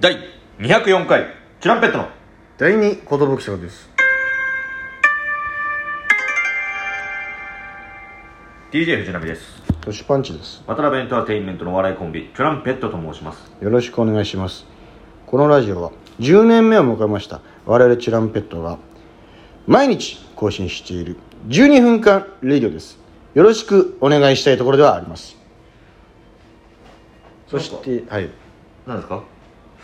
第204回チュランペットの第2コトブキ賞です。 DJ 藤波ですトシパンチです。渡辺エンターテインメントのお笑いコンビチュランペットと申しますよろしくお願いします。このラジオは10年目を迎えました我々チュランペットが毎日更新している12分間レディオです。よろしくお願いしたいところではあります。そして、はい。何ですか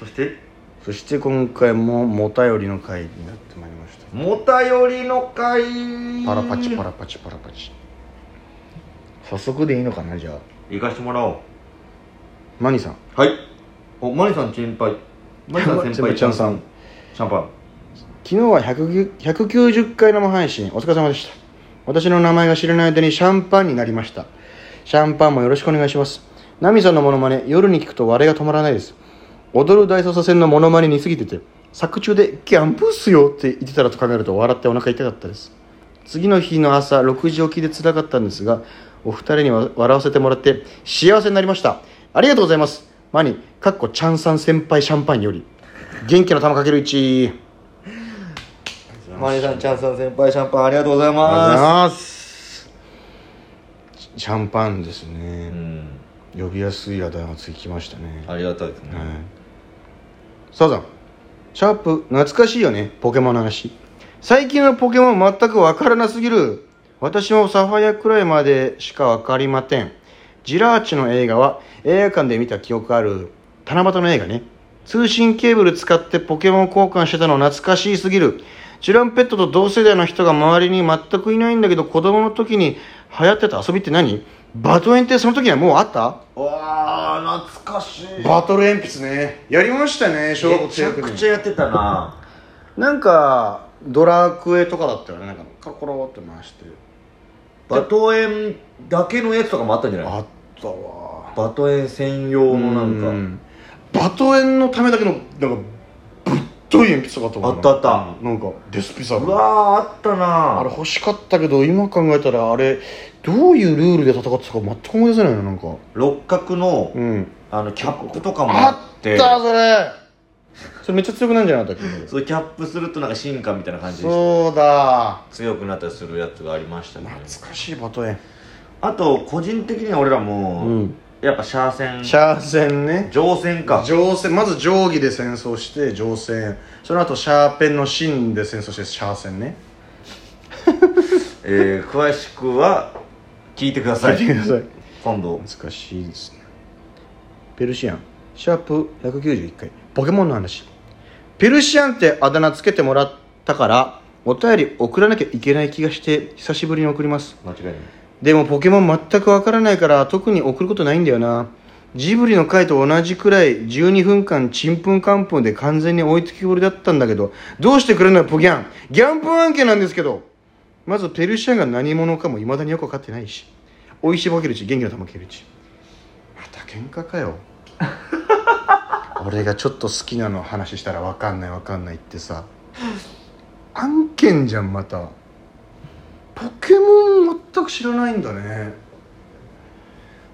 そしてそして今回ももたよりの回になってまいりました。もたよりの会パラパチパラパチパラパチ。早速でいいのかなじゃあ。行かしてもらおうマニさん。はいおマリさん先輩 マリさん先輩ちゃんさん。シャンパン昨日は100 190回生配信お疲れ様でした私の名前が知らない間にシャンパンになりましたシャンパンもよろしくお願いしますナミさんのモノマネ夜に聞くと笑いが止まらないです踊る大捜査線のモノマネに過ぎてて作中でギャンブーっすよって言ってたらと考えると笑ってお腹痛かったです次の日の朝6時起きで辛かったんですがお二人には笑わせてもらって幸せになりましたありがとうございますマニかっこちゃんさん先輩シャンパンより元気の玉かける1マリさんチャンさん先輩シャンパンありがとうございありがとうございまますシャンパンですすうね、ん呼びやすいあだ名がつきましたね、ありがたいですねはいサザンシャープ懐かしいよねポケモンの話最近のポケモン全くわからなすぎる私もサファイアくらいまでしかわかりませんジラーチの映画は映画館で見た記憶ある七夕の映画ね通信ケーブル使ってポケモン交換してたの懐かしすぎるチュランペットと同世代の人が周りに全くいないんだけど子供の時に流行ってた遊びって何バトエンってその時にはもうあったわあ懐かしいバトル鉛筆ねやりましたね小学め校ち中ゃ学くにちゃやってたななんかドラクエとかだったよねなんかコロコロって回してバトエンだけのやつとかもあったんじゃないあったわバトエン専用のなうんかんバトエンのためだけのなんかぶっとい鉛筆とかあったもんなあったあっなんかデスピサうルわーあったなあれ欲しかったけど今考えたらあれどういうルールで戦ってたか全く思い出せないななんか六角のうんあのキャップとかもああっってたそれそれめっちゃ強くなんじゃなかったっけそうキャップするとなんか進化みたいな感じでそうだ強くなったりするやつがありましたね懐かしいバトエンあと個人的には俺らも、うんやっぱシャーセンシャーセンね乗船か乗船まず定規で戦争して乗船その後シャーペンの芯で戦争してシャーセンねえー、詳しくは聞いてくださ見ていください今度難しいですねペルシアンシャープ191回ポケモンの話ペルシアンってあだ名つけてもらったからお便り送らなきゃいけない気がして久しぶりに送ります間違いないでもポケモン全くわからないから特に送ることないんだよなジブリの回と同じくらい12分間ちんぷんかんぷんで完全に追いつきぼりだったんだけどどうしてくれるのポギャンギャンプン案件なんですけどまずペルシアンが何者かもいまだによくわかってないしおいしぼけるし元気の玉けるしまた喧嘩 かよ俺がちょっと好きなの話したらわかんないわかんないってさ案件じゃんまたポケモン全く知らないんだね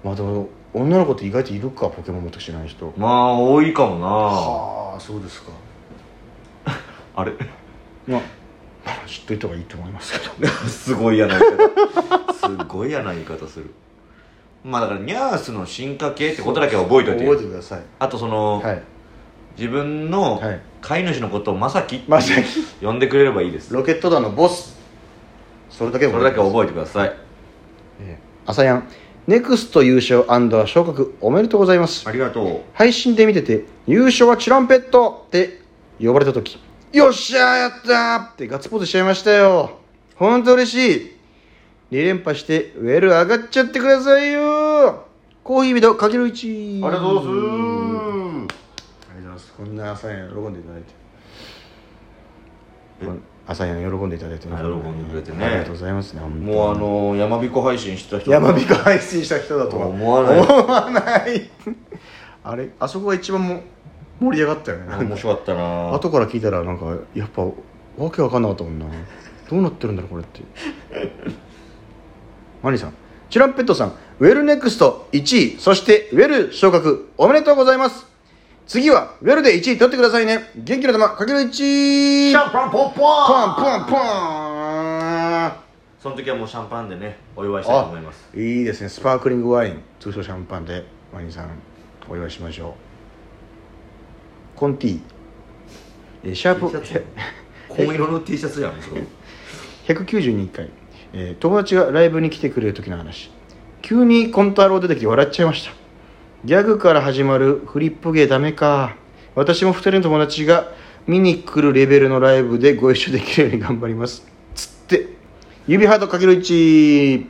まあでも女の子って意外といるかポケモン全く知らない人まあ多いかもなはあそうですかあれ まあまあ知っといた方がいいと思いますけどすごい嫌な言い 方すごい嫌な言い方するまあだからニャースの進化系ってことだけは覚えといて覚えてくださいあとその、はい自分のはい飼い主のことをまさきまさき呼んでくれればいいですロケット団のボスそれだけそれだけえ覚えてくださいえ朝やんネクスト優勝昇格おめでとうございますありがとう配信で見てて優勝はチュランペットって呼ばれた時よっしゃーやったーってガッツポーズしちゃいましたよほんと嬉しい2連覇してウェル上がっちゃってくださいよーコーヒービドかける1ありがとうございあますりがとうございますこんな朝やん喜んでいただいてこん朝やん喜んでいただいてはい喜んでくれてねありがとうございますね本当にもうあのやまびこ配信した人山彦配信した人だとは思わない思わないあれあそこが一番も盛り上がったよねなんか面白かったな後から聞いたらなんかやっぱわけわかんなかったもんなどうなってるんだろうこれってマニさんチュランペットさんウェルネクスト1位そしてウェル昇格おめでとうございます次はウェルで1位取ってくださいね元気の玉かける1シャンパンポンポンポンポンポンその時はもうシャンパンでねお祝いしたいと思いますあいいですねスパークリングワイン通称シャンパンでワニさんお祝いしましょうコンティえーシャー T シャツプ紺色の T シャツやんそれ191回、えー友達がライブに来てくれる時の話急にコンタロウ出てきて笑っちゃいましたギャグから始まるフリップ芸ダメか私も2人の友達が見に来るレベルのライブでご一緒できるように頑張りますつって指ハートかける1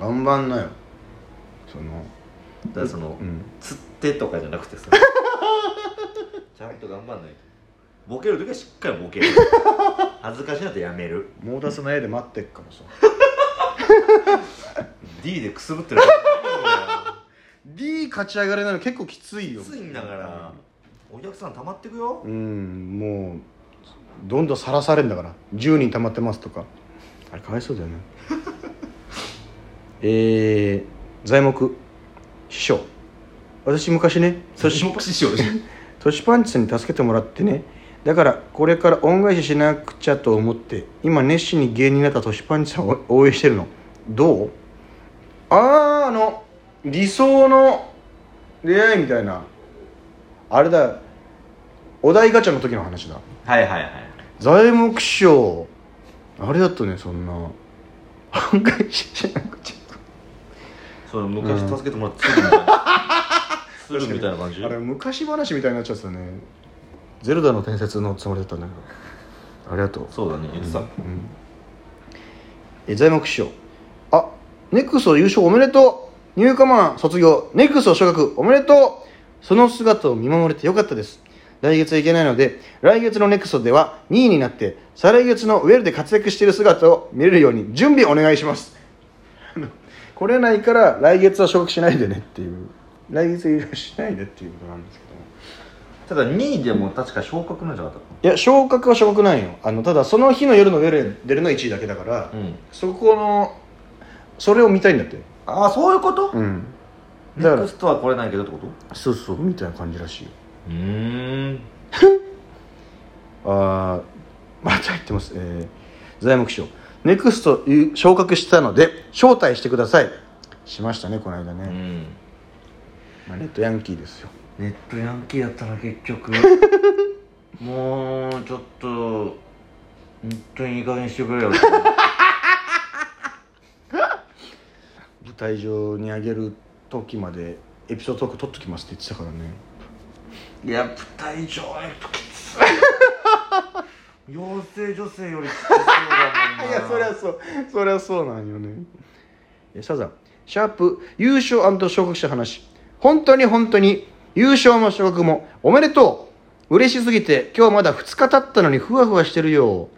頑張んなよそのだからその、うん釣ってとかじゃなくて さちゃんと頑張んないとボケる時はしっかりボケる恥ずかしいなってやめるモータスの絵で待ってっからさ D でくすぶってる D 勝ち上がれないの結構きついよ きついんだからお客さん溜まってくようんもうどんどんさらされんだから10人溜まってますとかあれかわいそうだよね えー、材木師匠私昔ね年年目師匠でしょトシパンチさんに助けてもらってねだからこれから恩返ししなくちゃと思って今熱心に芸人になったトシパンチさんを応援してるのどうあーあの理想の恋愛みたいなあれだお題ガチャの時の話だ はいはいはい材木賞あれだったねそんな恩返ししなくちその昔助けてもらってすぐみたいな すぐみたいな感じゃあれ昔話みたいになっちゃってたねゼルダの伝説のつもりだったんだけどありがとうそうだね言ってたえ材木師匠あネクソ優勝おめでとう入荷マン卒業ネクソ昇格おめでとうその姿を見守れてよかったです来月はいけないので来月のネクソでは2位になって再来月のウェルで活躍している姿を見れるように準備お願いしますあの来れないから来月は昇格しないでねっていう来月優勝しないでっていうことなんですけどもただ2位でも確か昇格なんじゃなかっいや昇格は昇格ないよあのただその日の夜のウェル出るの1位だけだから、たのうんそこのそれを見たいんだってああそういうこと、うんだネかクストは来れないけどってことうらそうそうみたいな感じらしいよーんああまた言ってますえー、財務省ネクストいう昇格したので招待してくださいしましたねこの間ねう、んまあ、ネットヤンキーですよネットヤンキーだったら結 局もうちょっと本当にいい加減にしてくれよ舞台上に上げる時までエピソードトーク取っときますって言ってたからねいや舞台上へときつい妖精女性よりきつそうだもんないやそりゃそうそりゃそうなんよねえサザンシャープ優勝昇格した話本当に本当に優勝も昇格もおめでとう嬉しすぎて今日まだ2日経ったのにふわふわしてるよ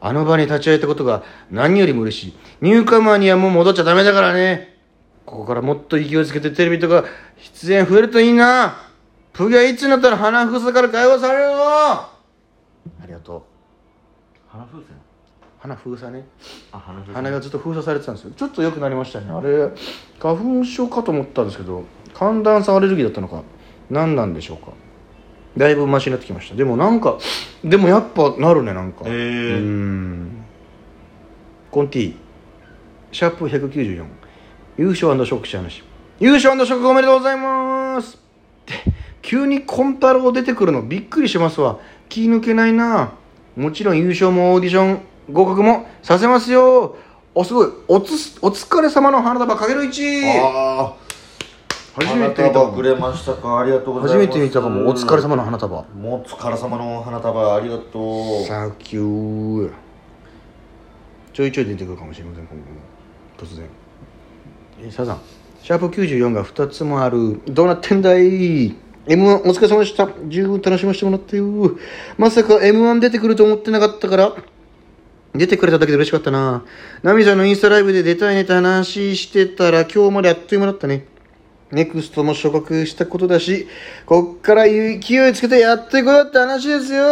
あの場に立ち会えたことが何よりも嬉しいニューカマーにはもう戻っちゃダメだからねここからもっと勢いつけてテレビとか出演増えるといいなプギはいつになったら鼻ふさから解放されるよありがとう鼻風船鼻封鎖ねあ鼻風船鼻がずっと封鎖されてたんですよちょっと良くなりましたよねあれ花粉症かと思ったんですけど寒暖差アレルギーだったのか何なんでしょうかだいぶマシになってきましたでもなんかでもやっぱなるねなんかえうーんコンティシャープ194優勝ショックした話優勝ショックおめでとうございますって急にコンタロウ出てくるのびっくりしますわ気抜けないなもちろん優勝もオーディション合格もさせますよおすごいおつすお疲れ様の花束かける1ああ初めて見たかもくれましたかありがとうござい初まめすて見たかもお疲れ様の花束もうお疲れ様の花束ありがとうサンキューちょいちょい出てくるかもしれません今後も突然えーサザンシャープ94が2つもあるどうなってんだい m 1お疲れ様でした十分楽しませてもらったよまさか m 1出てくると思ってなかったから出てくれただけで嬉しかったなナミさんのインスタライブで出たいねって話してたら今日まであっという間だったねネクストも昇格したことだしこっから勢いつけてやっていこうよって話ですよ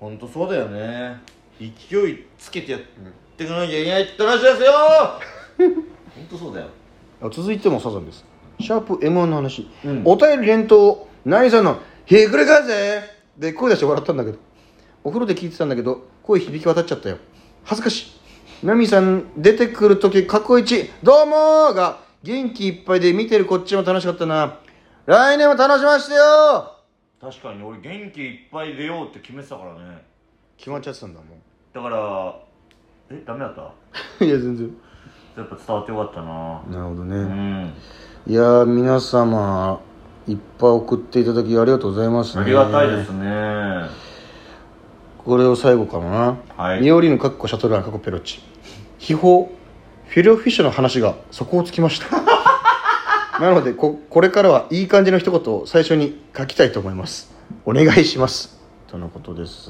本当そうだよね勢いつけてやって いかなきゃいけないって話ですよ本当そうだよあ続いてもサザンですシャープ M1 の話、うんお便り連投ナイさんの「ひっくり返せ!」で声出して笑ったんだけどお風呂で聞いてたんだけど声響き渡っちゃったよ恥ずかしいナミさん出てくる時過去一どうもーが元気いっぱいで見てるこっちも楽しかったな来年も楽しましてよー確かに俺元気いっぱい出ようって決めてたからね決まっちゃってたんだもだからえダメだったん いや全然やっぱ伝わってよかったななるほどね、うんいやー皆様いっぱい送っていただきありがとうございますねありがたいですねこれを最後かもな、はいミオリーヌかっこシャトルランかっこペロッチ秘宝フィレオフィッシュの話が底をつきました なのでここれからはいい感じの一言を最初に書きたいと思いますお願いしますとのことです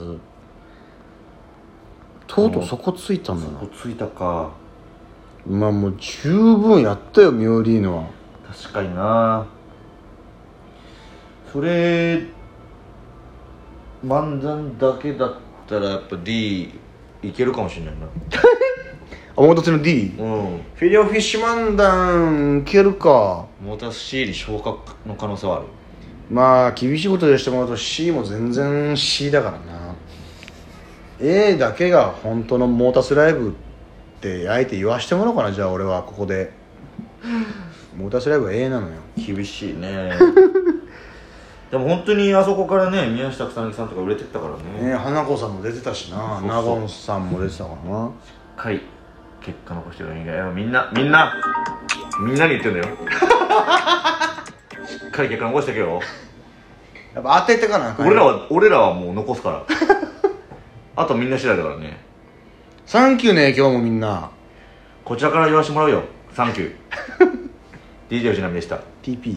とうとう底ついたんだなこついたかまあもう十分やったよミオリーヌは確かになそれ漫談だけだったらやっぱ D いけるかもしれないなあもう一つの D うんフィレオフィッシュ漫談いけるかモーター C に昇格の可能性はあるまあ厳しいことでしてもらうと C も全然 C だからな A だけが本当のモータスライブってあえて言わしてもらおうかなじゃあ俺はここでモータスライブは A なのよ厳しい ねでも本当にあそこからね宮下草薙さんとか売れてったからねね花子さんも出てたしなそうそう長野さんも出てたからなはい結果残してる人間やみんなみんなみんなに言ってんだよしっかり結果残してけよやっぱ当ててかなあかんよ俺らは俺らはもう残すからあとみんな次第だからねサンキューね今日もみんなこちらから言わせてもらうよサンキュー DJ 吉波でした TP